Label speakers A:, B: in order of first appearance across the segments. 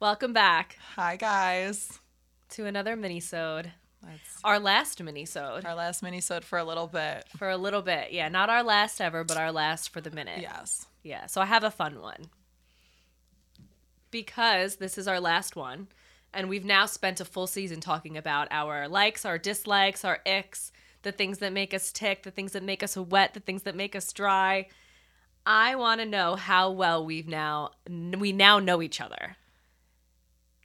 A: Welcome back
B: Hi guys.
A: to another minisode.
B: That's
A: Our last minisode
B: our last minisode for a little bit.
A: for a little bit. Yeah, not our last ever, but our last for the minute.
B: Yes.
A: Yeah, so I have a fun one. Because this is our last one, and we've now spent a full season talking about our likes, our dislikes, our icks, the things that make us tick, the things that make us wet, the things that make us dry. I want to know how well we've now we now know each other.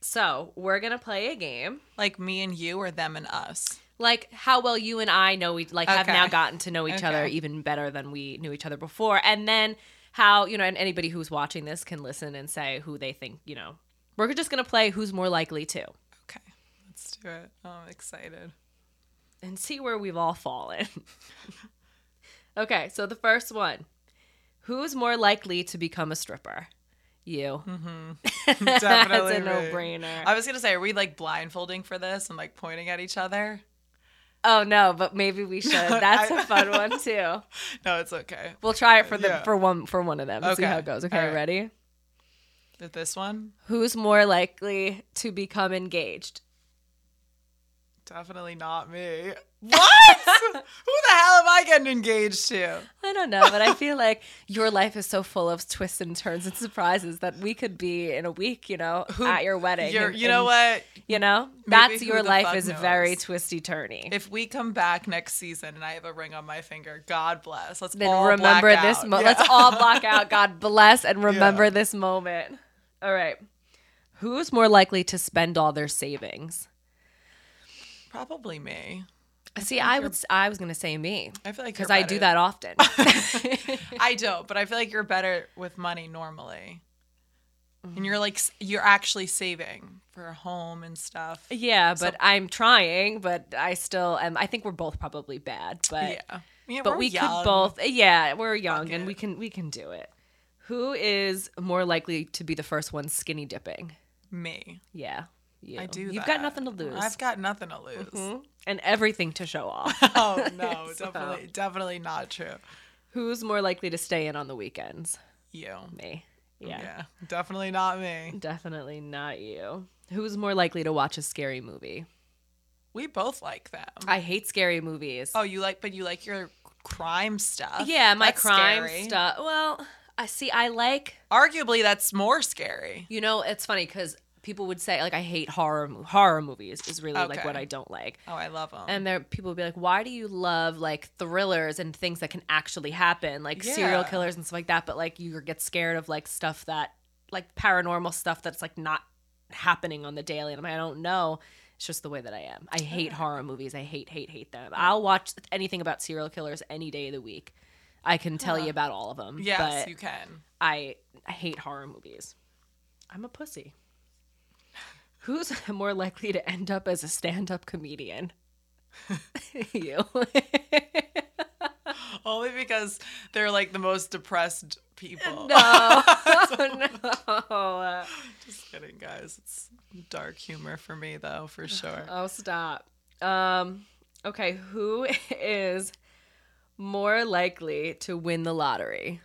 A: So, we're going to play a game
B: Like me and you or them and us.
A: like how well you and I know we like have
B: Okay.
A: now gotten to know each
B: Okay.
A: other even better than we knew each other before, and then how you know, and anybody who's watching this can listen and say who they think you know. We're just gonna play who's more likely to,
B: Okay. Let's do it. Oh, I'm excited.
A: and see where we've all fallen. okay, so the first one, who's more likely to become a stripper? You.
B: Mm-hmm. Definitely.
A: That's a
B: me.
A: no-brainer.
B: I was gonna say, are we like blindfolding for this and like pointing at each other?
A: oh no, but maybe we should. That's a
B: I-
A: fun one too.
B: No, it's okay.
A: We'll try it for the
B: Yeah.
A: for one for one of them. and See
B: Okay.
A: how it goes. Okay,
B: All right.
A: ready?
B: Did this one?
A: Who's more likely to become engaged?
B: Definitely not me. What? Who the hell am I getting engaged to?
A: I don't know, but I feel like your life is so full of twists and turns and surprises that we could be in a week, you know, at your wedding.
B: You're,
A: and-
B: you know
A: and,
B: what?
A: You know, that's
B: who
A: your
B: the
A: life
B: fuck
A: is
B: knows?
A: very twisty turny.
B: If we come back next season and I have a ring on my finger, God bless. Let's
A: Then
B: all
A: remember
B: black
A: this.
B: out.
A: Mo-
B: Yeah.
A: Let's all block out. God bless and remember this moment. All right. Who's more likely to spend all their savings?
B: Probably me.
A: See, I would. s- I was gonna say me
B: I feel like
A: because
B: you're
A: I do that
B: better-
A: often.
B: I don't, but I feel like you're better with money normally, and
A: Mm-hmm.
B: you're like s- you're actually saving for a home and stuff.
A: Yeah,
B: So-
A: but I'm trying, but I still am. I think we're both probably bad, but
B: yeah, Yeah,
A: but
B: we're
A: we
B: young.
A: could both. Yeah, we're young
B: Fuck
A: and
B: it.
A: we can we can do it. Who is more likely to be the first one skinny dipping?
B: me.
A: Yeah, you.
B: I do.
A: You've
B: that.
A: got nothing to lose.
B: I've got nothing to lose.
A: Mhm. and everything to show off.
B: Oh no,
A: So-
B: definitely, definitely not true.
A: Who's more likely to stay in on the weekends?
B: You.
A: Me. Yeah,
B: definitely not me.
A: definitely not you. Who's more likely to watch a scary movie?
B: We both like them.
A: I hate scary movies.
B: oh, you like, but you like your crime stuff.
A: yeah, my
B: That's
A: crime
B: scary.
A: stuff. Well, I see. I like
B: Arguably, that's more scary.
A: You know, it's funny because people would say like I hate horror mo- horror movies is really like
B: Okay.
A: what I don't like.
B: Oh, I love them.
A: And there people would be like, "Why do you love like thrillers and things that can actually happen, like serial
B: Yeah.
A: killers and stuff like that, but like you get scared of like stuff that like paranormal stuff that's like not happening on the daily." And I'm like, "I don't know." It's just the way that I am. I hate horror movies. I hate hate hate them. I'll watch anything about serial killers any day of the week. I can tell you
B: Huh.
A: about all of them.
B: yes,
A: but
B: you can.
A: I I hate horror movies. I'm a pussy. Who's more likely to end up as a stand-up comedian? you.
B: Only because they're like the most depressed people.
A: no. no.
B: Just kidding, guys. It's dark humor for me, though, for sure.
A: Oh, stop. Um okay, who is more likely to win the lottery?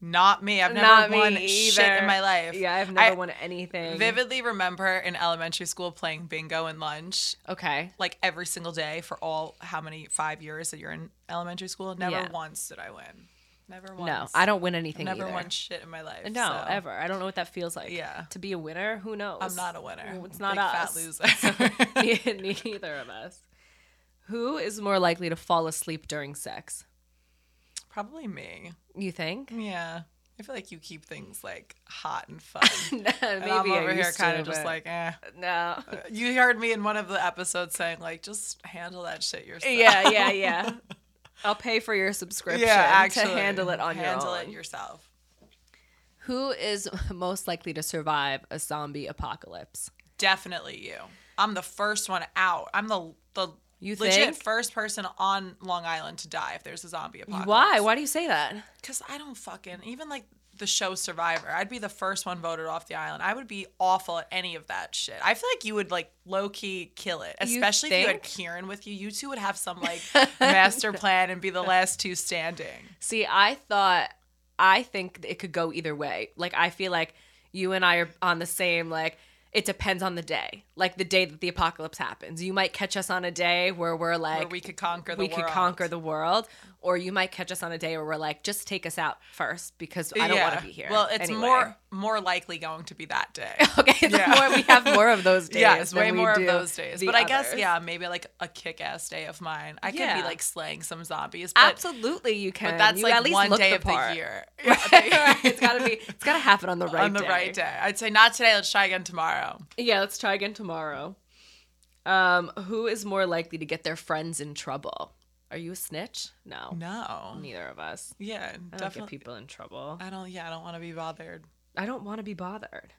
B: Not me. I've never
A: Not me
B: won shit
A: either.
B: in my life.
A: Yeah, I've never
B: I
A: won anything.
B: Vividly remember in elementary school playing bingo and lunch
A: Okay.
B: like every single day for all how many five years that you're in elementary school. Never
A: Yeah.
B: once did I win. Never once.
A: No, I don't win anything
B: never
A: either.
B: won shit in my life.
A: No,
B: so
A: ever. I don't know what that feels like.
B: Yeah.
A: To be a winner, who knows?
B: I'm not a winner.
A: It's not
B: Big
A: us.
B: Fat loser.
A: Ne- Neither of us. Who is more likely to fall asleep during sex?
B: Probably me.
A: You think?
B: Yeah. I feel like you keep things like hot and fun.
A: Maybe
B: and I'm
A: I
B: over here
A: used to,
B: kind of just
A: but-
B: like, eh.
A: no.
B: You heard me in one of the episodes saying like, just handle that shit yourself.
A: Yeah, yeah, yeah. I'll pay for your subscription
B: yeah. Actually,
A: to handle it on
B: handle
A: your own.
B: it yourself.
A: Who is most likely to survive a zombie apocalypse?
B: Definitely you. I'm the first one out. I'm the the
A: You
B: legit
A: think?
B: first person on Long Island to die if there's a zombie apocalypse.
A: Why? Why do you say that?
B: Because I don't fucking even like the show Survivor. I'd be the first one voted off the island. I would be awful at any of that shit. I feel like you would like low key kill it,
A: You
B: especially if you had
A: think?
B: Kieran with you. You two would have some like master plan and be the last two standing.
A: See, I thought I think it could go either way. Like I feel like you and I are on the same like it depends on the day. Like the day that the apocalypse happens, you might catch us on a day where we're like
B: where we could conquer the
A: we
B: world.
A: could conquer the world, or you might catch us on a day where we're like, just take us out first because I don't want
B: Yeah.
A: to be here.
B: Well, it's
A: anyway."
B: more more likely going to be that day.
A: okay. It's
B: Yeah.
A: more, we have more of those days.
B: yes,
A: than
B: way
A: we
B: more of
A: do
B: those days.
A: the
B: But I guess
A: others.
B: yeah, maybe like a kick-ass day of mine. I could
A: Yeah.
B: be like slaying some zombies, but
A: absolutely you can.
B: but that's
A: You
B: like
A: at least
B: one
A: look
B: day
A: the
B: of
A: part.
B: the year.
A: it's gotta be. It's gotta happen on the right
B: on the
A: day.
B: right day. I'd say not today. Let's try again tomorrow.
A: Yeah, let's try again tomorrow. Um, who is more likely to get their friends in trouble? Are you a snitch? No,
B: No.
A: neither of us.
B: Yeah,
A: Oh. I don't get
B: definitely.
A: people in trouble.
B: I don't. Yeah, I don't want to be bothered.
A: I don't want to be bothered.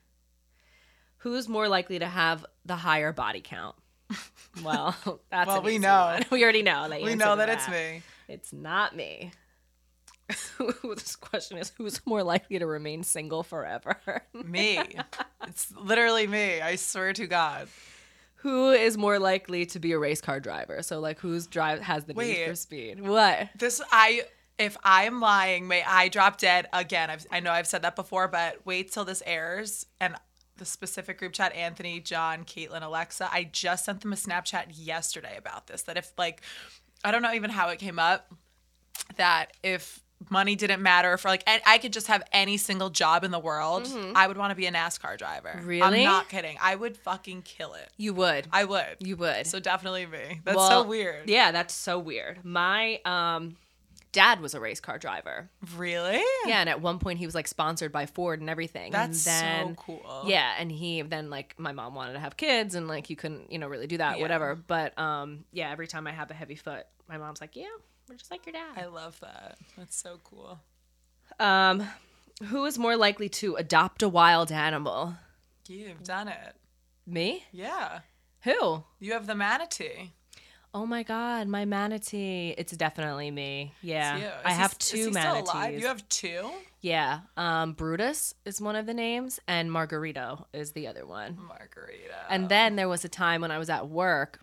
A: Who is more likely to have the higher body count? Well, that's
B: Well,
A: an
B: we
A: easy
B: know.
A: one. We already know that.
B: we know that, it's me.
A: It's not me. this question is who's more likely to remain single forever?
B: Me. it's literally me. I swear to God.
A: Who is more likely to be a race car driver? So like who's drive has the need
B: Wait.
A: for speed? What?
B: This I. If I am lying, may I drop dead again? I've, I know I've said that before, but wait till this airs and the specific group chat Anthony, John, Caitlin, Alexa. I just sent them a Snapchat yesterday about this. That if, like, I don't know even how it came up, that if money didn't matter for like, and I could just have any single job in the world, I would want to be a NASCAR driver.
A: Mm-hmm. Really?
B: I'm not kidding. I would fucking kill it.
A: You would.
B: I would.
A: you would.
B: So definitely me. That's
A: Well,
B: so weird.
A: Yeah, that's so weird. My um dad was a race car driver.
B: Really?
A: Yeah, and at one point he was like sponsored by Ford and everything.
B: That's
A: and then,
B: so cool.
A: Yeah, and he then like my mom wanted to have kids and like you couldn't, you know, really do that,
B: Yeah.
A: whatever. But um yeah, every time I have a heavy foot, my mom's like, Yeah, we're just like your
B: I
A: dad.
B: love that. That's so cool.
A: Um who is more likely to adopt a wild animal?
B: You've done it.
A: Me?
B: Yeah.
A: Who?
B: You have the manatee.
A: Oh my god, my manatee. It's definitely me. Yeah.
B: It's you.
A: I
B: Is he-
A: have
B: is
A: two
B: he
A: manatees.
B: Still alive? You have two?
A: Yeah. Um, Brutus is one of the names, and Margarito is the other one.
B: Margarita.
A: And then there was a time when I was at work,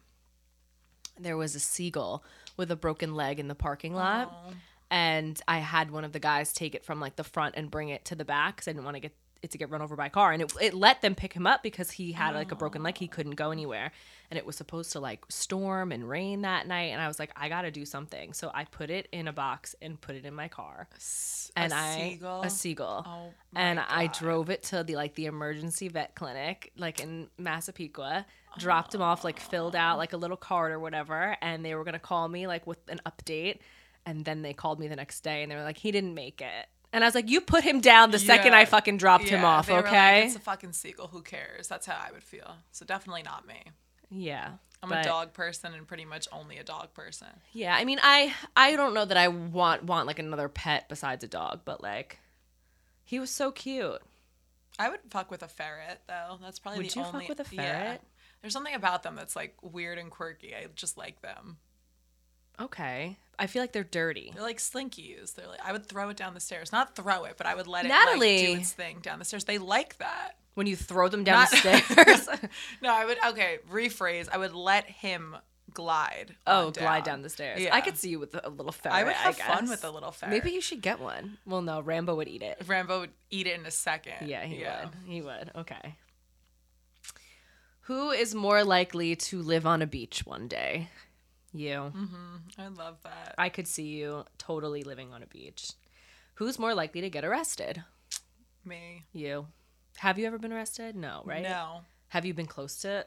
A: there was a seagull with a broken leg in the parking lot.
B: Oh.
A: And I had one of the guys take it from like the front and bring it to the back because I didn't want to get it to get run over by a car. And it, it let them pick him up because he had like a broken leg. He couldn't go anywhere. And it was supposed to like storm and rain that night. And I was like, I got to do something. So I put it in a box and put it in my car.
B: S-
A: And
B: a
A: I
B: seagull.
A: a seagull
B: Oh my
A: and I
B: God.
A: drove it to the like the emergency vet clinic, like in Massapequa.
B: Oh
A: Dropped him off, like filled out like a little card or whatever, and they were gonna call me like with an update. And then they called me the next day, and they were like, "He didn't make it." And I was like, "You put him down the second
B: Yeah.
A: I fucking dropped him
B: Yeah,
A: off,
B: they were like,
A: okay?"
B: it's a fucking seagull. Who cares? That's how I would feel. So definitely not me.
A: yeah,
B: I'm
A: but-
B: a dog person and pretty much only a dog person.
A: Yeah, I mean, I I don't know that I want want like another pet besides a dog, but like, he was so cute.
B: I would fuck with a ferret though. That's probably
A: Would
B: the
A: you fuck
B: only.
A: with a
B: yeah.
A: ferret?
B: There's something about them that's like weird and quirky. I just like them.
A: Okay, I feel like they're dirty.
B: They're like slinkies. They're like I would throw it down the stairs. Not throw it, but I would let it like,
A: Natalie.
B: do its thing down the stairs. They like that.
A: When you throw them down
B: Not-
A: the stairs.
B: No, I would okay, rephrase. I would let him glide.
A: Oh,
B: on
A: glide down the stairs. I
B: Yeah.
A: could see you with a little ferret.
B: I would have fun
A: guess.
B: with a little ferret.
A: Maybe you should get one. Well, no, Rambo would eat it.
B: Rambo would eat it in a second.
A: Yeah, he would. He would. Okay. Who is more likely to live on a beach one day? You.
B: hmm I love that.
A: I could see you totally living on a beach. Who's more likely to get arrested?
B: Me.
A: You. Have you ever been arrested? No, right?
B: No.
A: Have you been close to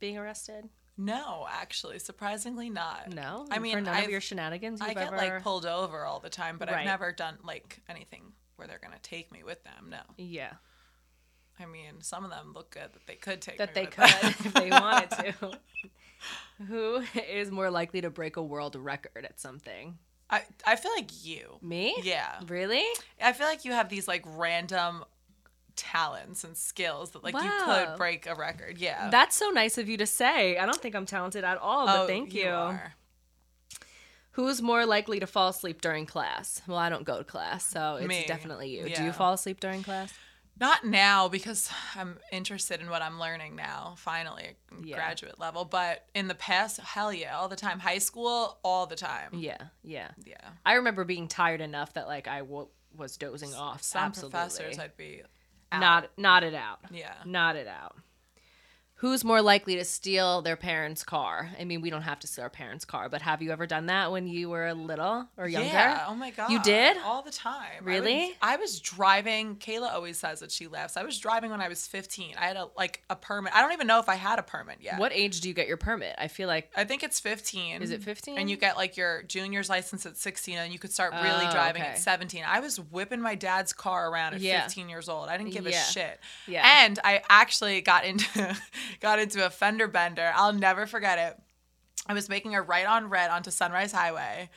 A: being arrested?
B: No, actually, surprisingly not.
A: No.
B: Uh, I
A: for
B: mean,
A: none
B: I've-
A: of your shenanigans, you've
B: I get
A: ever...
B: like pulled over all the time, but
A: Right.
B: I've never done like anything where they're gonna take me with them. No,
A: yeah.
B: I mean some of them look good that they could take
A: that
B: me
A: they
B: with
A: could
B: them.
A: if they wanted to. Who is more likely to break a world record at something?
B: I I feel like you.
A: Me?
B: Yeah,
A: Really?
B: I feel like you have these like random talents and skills that like you
A: Wow.
B: could break a record. Yeah.
A: That's so nice of you to say. I don't think I'm talented at all, but
B: Oh,
A: thank you.
B: are.
A: Who's more likely to fall asleep during class? Well, I don't go to class, so it's
B: Me.
A: definitely you. Do
B: Yeah.
A: you fall asleep during class?
B: Not now because I'm interested in what I'm learning now, finally, at
A: Yeah.
B: graduate level. But in the past, hell yeah, all the time. High school, all the time.
A: Yeah, yeah.
B: Yeah.
A: I remember being tired enough that like I w- was dozing off.
B: Some
A: Absolutely.
B: professors, I'd be Out.
A: Not not it out.
B: Yeah.
A: Not it out. Who's more likely to steal their parents' car? I mean, we don't have to steal our parents' car, but have you ever done that when you were little or younger?
B: Yeah. Oh my god.
A: You did?
B: all the time. I would-
A: Really?
B: I, was driving. Kayla always says that she laughs. I was driving when I was 15. I had a like a permit. I don't even know if I had a permit yet.
A: What age do you get your permit? I feel like
B: I think it's 15.
A: Is it 15?
B: Um, And you get like your junior's license at 16, and you could start really
A: Oh,
B: driving
A: okay.
B: at 17. I was whipping my dad's car around at
A: Yeah.
B: 15 years old. I didn't give
A: Yeah.
B: a shit.
A: yeah.
B: And I actually got into got into a fender bender. I'll never forget it. I was making a right on red onto Sunrise Highway,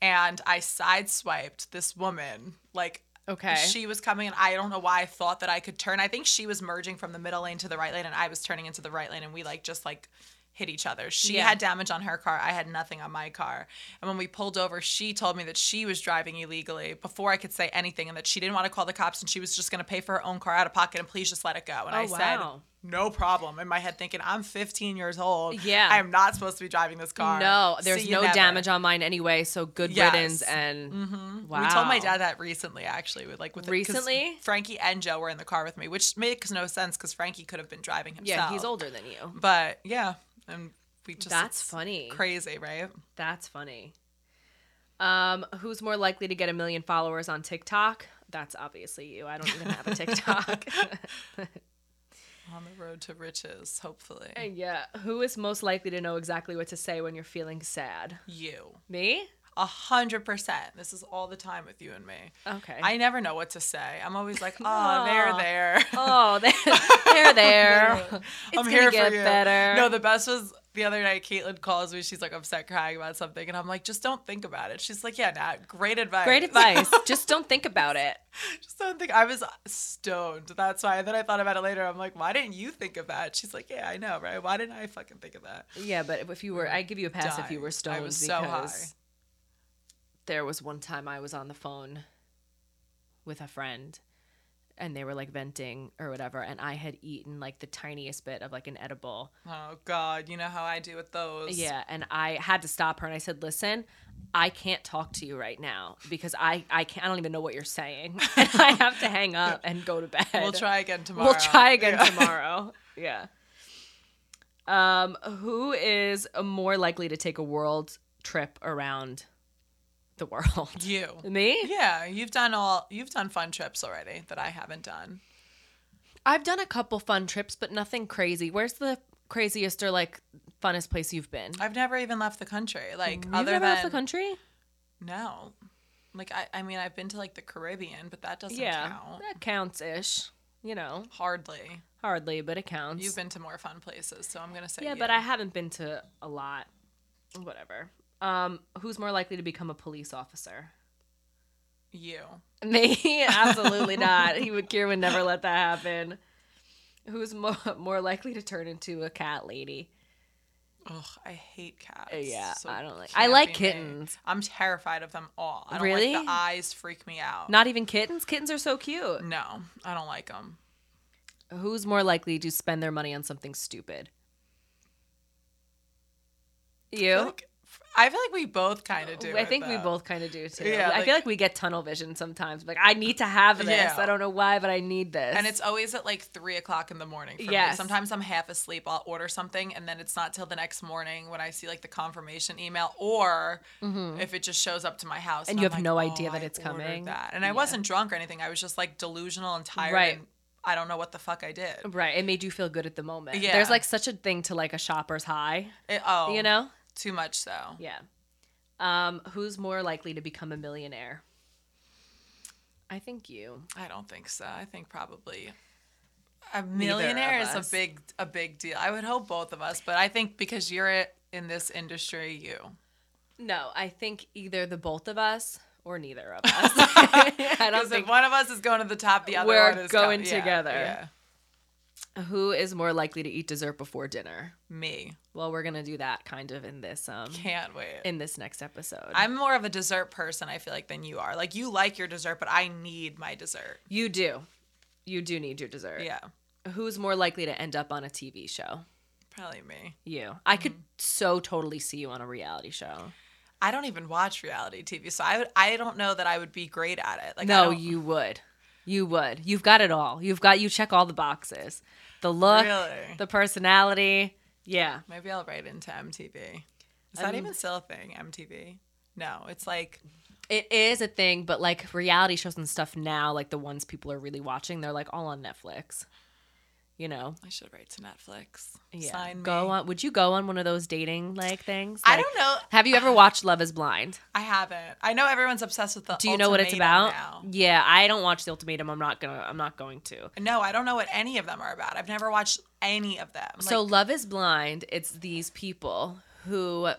B: and I sideswiped this woman like.
A: okay.
B: She was coming, and I don't know why I thought that I could turn. I think she was merging from the middle lane to the right lane, and I was turning into the right lane, and we like just like hit each other. She
A: Yeah.
B: had damage on her car. I had nothing on my car. And when we pulled over, she told me that she was driving illegally before I could say anything, and that she didn't want to call the cops, and she was just going to pay for her own car out of pocket, and please just let it go. And
A: Oh,
B: I
A: wow.
B: said, no problem. In my head, thinking I'm 15 years old.
A: Yeah.
B: I am not supposed to be driving this car.
A: no,
B: See
A: there's
B: you
A: no
B: never."
A: damage on mine anyway, so good
B: Yes. Mm-hmm.
A: riddance and wow.
B: We told my dad that recently, actually, with like with 'cause
A: Recently?
B: Frankie and Joe were in the car with me, which makes no sense because Frankie could have been driving himself.
A: Yeah, he's older than you.
B: But yeah, and we just
A: That's
B: it's
A: funny.
B: crazy, right?
A: That's funny. Um, who's more likely to get a million followers on TikTok? That's obviously you. I don't even have a TikTok.
B: On the road to riches, hopefully.
A: yeah. Who is most likely to know exactly what to say when you're feeling sad?
B: You,
A: Me?
B: a hundred percent. This is all the time with you and me.
A: Okay.
B: I never know what to say. I'm always like, oh, they're
A: Aw.
B: there.
A: oh, they're, they're there.
B: Literally.
A: It's gonna get better.
B: No, the best was the other night. Caitlin calls me. She's like upset, crying about something, and I'm like, just don't think about it. She's like, yeah, Nat, great advice.
A: Great advice. Just don't think about it.
B: just don't think. I was stoned. That's why. And then I thought about it later. I'm like, why didn't you think of that? She's like, yeah, I know, right? Why didn't I fucking think of that?
A: Yeah, but if you were, I give you a pass if you were
B: Dying.
A: stoned
B: I was so
A: because
B: high.
A: there was one time I was on the phone with a friend, and they were like venting or whatever, and I had eaten like the tiniest bit of like an edible.
B: Oh God, you know how I do with those.
A: Yeah, and I had to stop her, and I said, "Listen." I can't talk to you right now because I I can't I don't even know what you're saying. And I have to hang up and go to bed.
B: We'll try again tomorrow.
A: We'll try again
B: Yeah.
A: tomorrow. Yeah. Um, who is more likely to take a world trip around the world?
B: You.
A: Me?
B: Yeah, you've done all. You've done fun trips already that I haven't done.
A: I've done a couple fun trips, but nothing crazy. Where's the craziest or like funnest place you've been?
B: I've never even left the country. Like
A: You've
B: other
A: never
B: than
A: left the country?
B: no. Like I, I mean, I've been to like the Caribbean, but that doesn't
A: Yeah.
B: count.
A: That counts ish. You know,
B: Hardly.
A: hardly, but it counts.
B: You've been to more fun places, so I'm gonna say
A: yeah,
B: you.
A: but I haven't been to a lot. Whatever. Um, who's more likely to become a police officer?
B: you.
A: Me? Absolutely not. He would Kieran would never let that happen. Who's more, more likely to turn into a cat lady?
B: Ugh, I hate cats.
A: Uh, Yeah, I don't like-
B: can't
A: I like
B: be me.
A: kittens.
B: I'm terrified of them all. I don't
A: Really?
B: Like, the eyes freak me out.
A: Not even kittens? Kittens are so cute.
B: no, I don't like them.
A: Who's more likely to spend their money on something stupid?
B: I feel,
A: You?
B: like, I feel like we both kind of do.
A: I
B: it,
A: think we
B: though.
A: both kind of do too.
B: Yeah,
A: I
B: like-
A: feel like we get tunnel vision sometimes. Like, I need to have this.
B: Yeah.
A: I don't know why, but I need this.
B: And it's always at like three o'clock in the morning. For
A: Yes.
B: me. Sometimes I'm half asleep. I'll order something, and then it's not till the next morning when I see like the confirmation email, or if it just shows up to my house.
A: Mm-hmm. And you
B: I'm
A: have
B: like,
A: no
B: "Oh,
A: idea that
B: I
A: it's
B: ordered
A: coming."
B: That. And I
A: Yeah.
B: wasn't drunk or anything. I was just like delusional and tired.
A: Right. Um,
B: And I don't know what the fuck I did.
A: right. It made you feel good at the moment.
B: Yeah.
A: There's like such a thing to like a shopper's high,
B: It- oh,
A: you know?
B: too much so.
A: Yeah. Um, who's more likely to become a millionaire? I think you.
B: I don't think so. I think probably a millionaire
A: of
B: is
A: us.
B: a big a big deal. I would hope both of us, but I think because you're i- in this industry, you.
A: No, I think either the both of us or neither of us. I don't
B: Because if
A: think
B: one of us is going to the top, the other
A: We're
B: one is
A: going
B: go- yeah,
A: together.
B: Yeah,
A: who is more likely to eat dessert before dinner.
B: me
A: Well, we're gonna do that kind of in this um
B: can't wait.
A: in this next episode.
B: I'm more of a dessert person. I feel like than you are. Like you like your dessert, but I need my dessert.
A: you do. You do need your dessert.
B: Yeah,
A: Who's more likely to end up on a TV show?
B: probably me.
A: You. I could
B: Mm-hmm.
A: so totally see you on a reality show.
B: I don't even watch reality TV, so I would, I don't know that I would be great at it. Like I
A: no,
B: don't-
A: you would. You would. You've got it all. You've got you check all the boxes. The look,
B: Really?
A: the personality. Yeah.
B: Maybe I'll write into MTV. Is
A: I
B: that
A: mean-
B: even still a thing? MTV? No, it's like
A: It is a thing, but like reality shows and stuff now, like the ones people are really watching, they're like all on Netflix. You know?
B: I should write to Netflix.
A: Yeah.
B: Sign me.
A: go on. Would you go on one of those dating like things?
B: I
A: Like,
B: don't know.
A: Have you ever watched Love is Blind?
B: I haven't. I know everyone's obsessed with the.
A: Do you know what it's
B: Ultimatum
A: about?
B: Now.
A: Yeah, I don't watch The Ultimatum. I'm not going to I'm not going to.
B: No, I don't know what any of them are about. I've never watched any of them.
A: so
B: Like,
A: love is blind it's these people who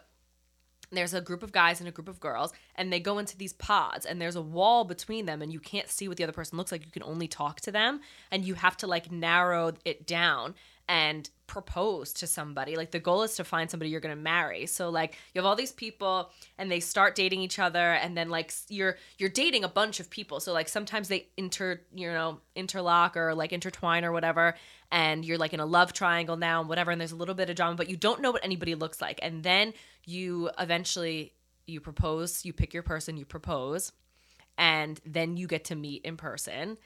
A: there's a group of guys and a group of girls and they go into these pods and there's a wall between them and you can't see what the other person looks like you can only talk to them and you have to like narrow it down and propose to somebody like the goal is to find somebody you're going to marry so like you have all these people and they start dating each other and then like s- you're you're dating a bunch of people so like sometimes they inter you know interlock or like intertwine or whatever and you're like in a love triangle now and whatever and there's a little bit of drama but you don't know what anybody looks like and then you eventually you propose you pick your person you propose and then you get to meet in person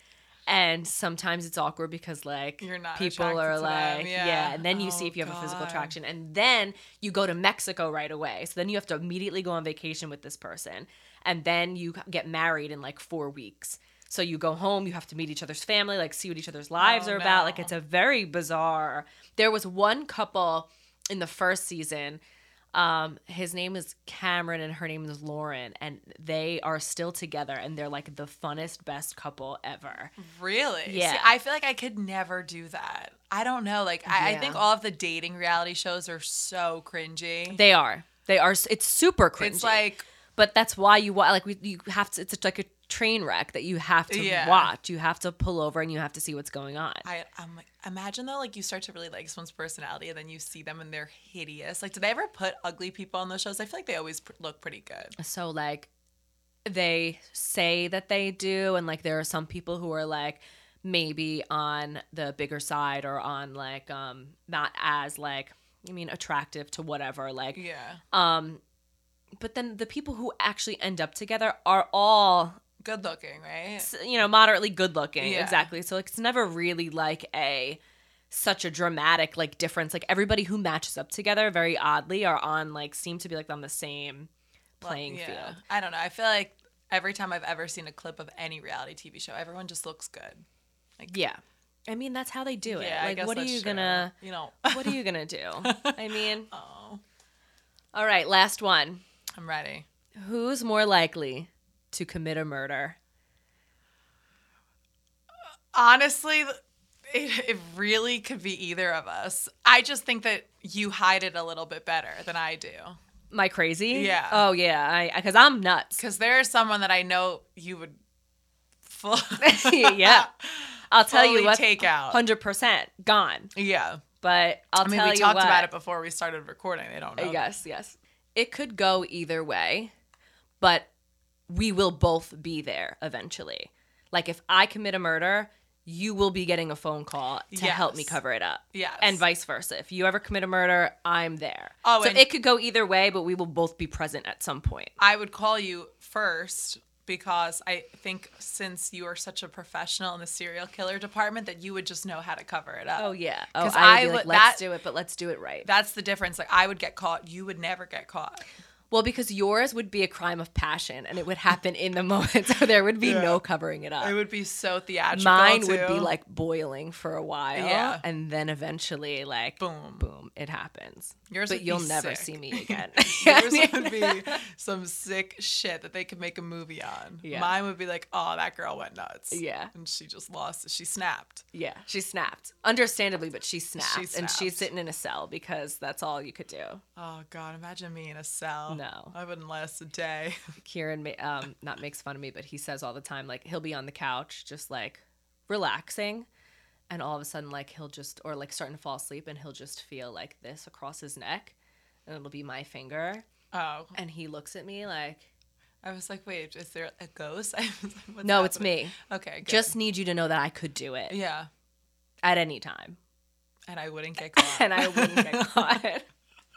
A: and sometimes it's awkward because like
B: You're not
A: people
B: attracted
A: are
B: to them,
A: like yeah.
B: yeah.
A: and then you see
B: Oh,
A: if you have a physical
B: God.
A: attraction and then you go to Mexico right away so then you have to immediately go on vacation with this person and then you get married in like 4 weeks so you go home you have to meet each other's family like see what each other's lives
B: Oh,
A: are about like
B: no.
A: it's a very bizarre there was one couple in the first season um his name is cameron and her name is lauren and they are still together and they're like the funnest best couple ever
B: Mm-hmm. really? See,
A: Yeah.
B: I feel like I could never do that. I don't know. Like I, I
A: Yeah.
B: think all of the dating reality shows are so cringy.
A: they are they are s- it's super cringy
B: it's like
A: but that's why you wa- like we, you have to it's like a train wreck that you have to
B: Yeah.
A: watch you have to pull over and you have to see what's going on
B: I I'm like imagine though like you start to really like someone's personality and then you see them and they're hideous. Like did they ever put ugly people on those shows? I feel like they always pr- look pretty good.
A: so like they say that they do and like there are some people who are like maybe on the bigger side or on like um not as like i mean attractive to whatever like
B: Yeah.
A: um but then the people who actually end up together are all
B: Good looking, right?
A: s- you know moderately good looking
B: Yeah.
A: exactly so like, it's never really like a such a dramatic like difference like everybody who matches up together very oddly are on like seem to be like on the same
B: Well,
A: playing
B: yeah.
A: field
B: I don't know. I feel like every time I've ever seen a clip of any reality TV show, everyone just looks good.
A: yeah i mean that's how they do it
B: Yeah, I
A: like
B: guess
A: what are
B: that's
A: you
B: true.
A: gonna
B: You know.
A: what are you gonna do i mean
B: oh,
A: all right last one
B: I'm ready.
A: who's more likely to commit a murder
B: Honestly, th- it, it really could be either of us. I just think that you hide it a little bit better than I do.
A: am i crazy
B: Yeah.
A: oh yeah i because i'm nuts
B: Because there is someone that I know you would. Full-
A: yeah i'll tell
B: fully
A: you what
B: take out.
A: 100% gone
B: yeah.
A: but i'll
B: I mean,
A: tell
B: we
A: you
B: talked
A: what,
B: about it before we started recording. They don't know. that.
A: Uh, Yes, yes. It could go either way, but we will both be there eventually. Like if I commit a murder, you will be getting a phone call to help me
B: Yes.
A: cover it up.
B: Yes.
A: And vice versa. If you ever commit a murder, I'm there.
B: Oh,
A: so
B: and-
A: it could go either way, but we will both be present at some point.
B: I would call you first because I think since you are such a professional in the serial killer department that you would just know how to cover it up.
A: Oh yeah. Oh,
B: 'Cause
A: I would
B: I
A: be like,
B: would-
A: let's
B: that-
A: do it, but let's do it right.
B: That's the difference. Like I would get caught, you would never get caught.
A: well, because yours would be a crime of passion, and it would happen in the moment, so there would be no covering it up.
B: It would be so theatrical.
A: mine would
B: too.
A: be like boiling for a while
B: Yeah.
A: and then eventually like
B: Boom.
A: boom it happens
B: Yours
A: but
B: would be
A: you'll never
B: sick.
A: see me again
B: Yours would be some sick shit that they could make a movie on.
A: Yeah.
B: Mine would be like, oh, that girl went nuts.
A: Yeah.
B: And she just lost. She snapped.
A: yeah she snapped understandably but she snapped, and she's
B: snapped.
A: sitting in a cell because that's all you could do
B: Oh, God. Imagine me in a cell.
A: No.
B: I wouldn't last a day.
A: kieran ma- um, not makes fun of me but he says all the time like he'll be on the couch just like relaxing and all of a sudden like he'll just or like starting to fall asleep and he'll just feel like this across his neck and it'll be my finger
B: Oh.
A: and he looks at me like
B: I was like, wait, is there a ghost? I was like, What's
A: no it's
B: happening?
A: me
B: Okay. Good.
A: just need you to know that I could do it
B: Yeah.
A: at any time,
B: And I wouldn't get caught.
A: and I wouldn't get caught.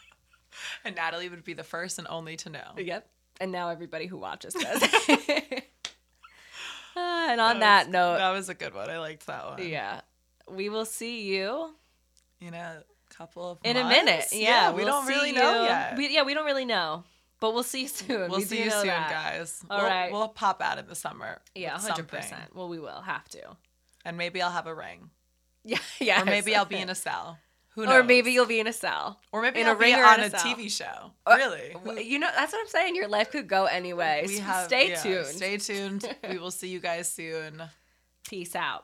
B: and Natalie would be the first and only to know.
A: yep. And now everybody who watches this. Ah, And
B: Oh,
A: on that,
B: was-
A: note,
B: that was a good one. I liked that one.
A: yeah, we will see you
B: You know, a couple of
A: in
B: months?
A: a minute. Yeah,
B: we
A: we'll
B: don't
A: see
B: really know
A: you.
B: yet.
A: We, yeah, we don't really know, but we'll see you soon.
B: We'll
A: We
B: see
A: do
B: you
A: know
B: soon,
A: that.
B: guys.
A: All
B: we'll,
A: right.
B: we'll pop out in the summer.
A: Yeah,
B: with
A: hundred
B: something.
A: percent. Well, we will have to.
B: And maybe I'll have a ring.
A: Yeah, yeah.
B: Or maybe I'll be in a cell. Who knows?
A: or maybe you'll be in a cell.
B: or maybe
A: in a
B: I'll be
A: ring or
B: on
A: in
B: a,
A: a cell.
B: TV show.
A: Uh,
B: Really? Who-
A: You know, that's what I'm saying. Your life could go anyway.
B: we
A: So
B: have-
A: stay
B: yeah,
A: tuned.
B: Stay tuned. we will see you guys soon.
A: Peace out.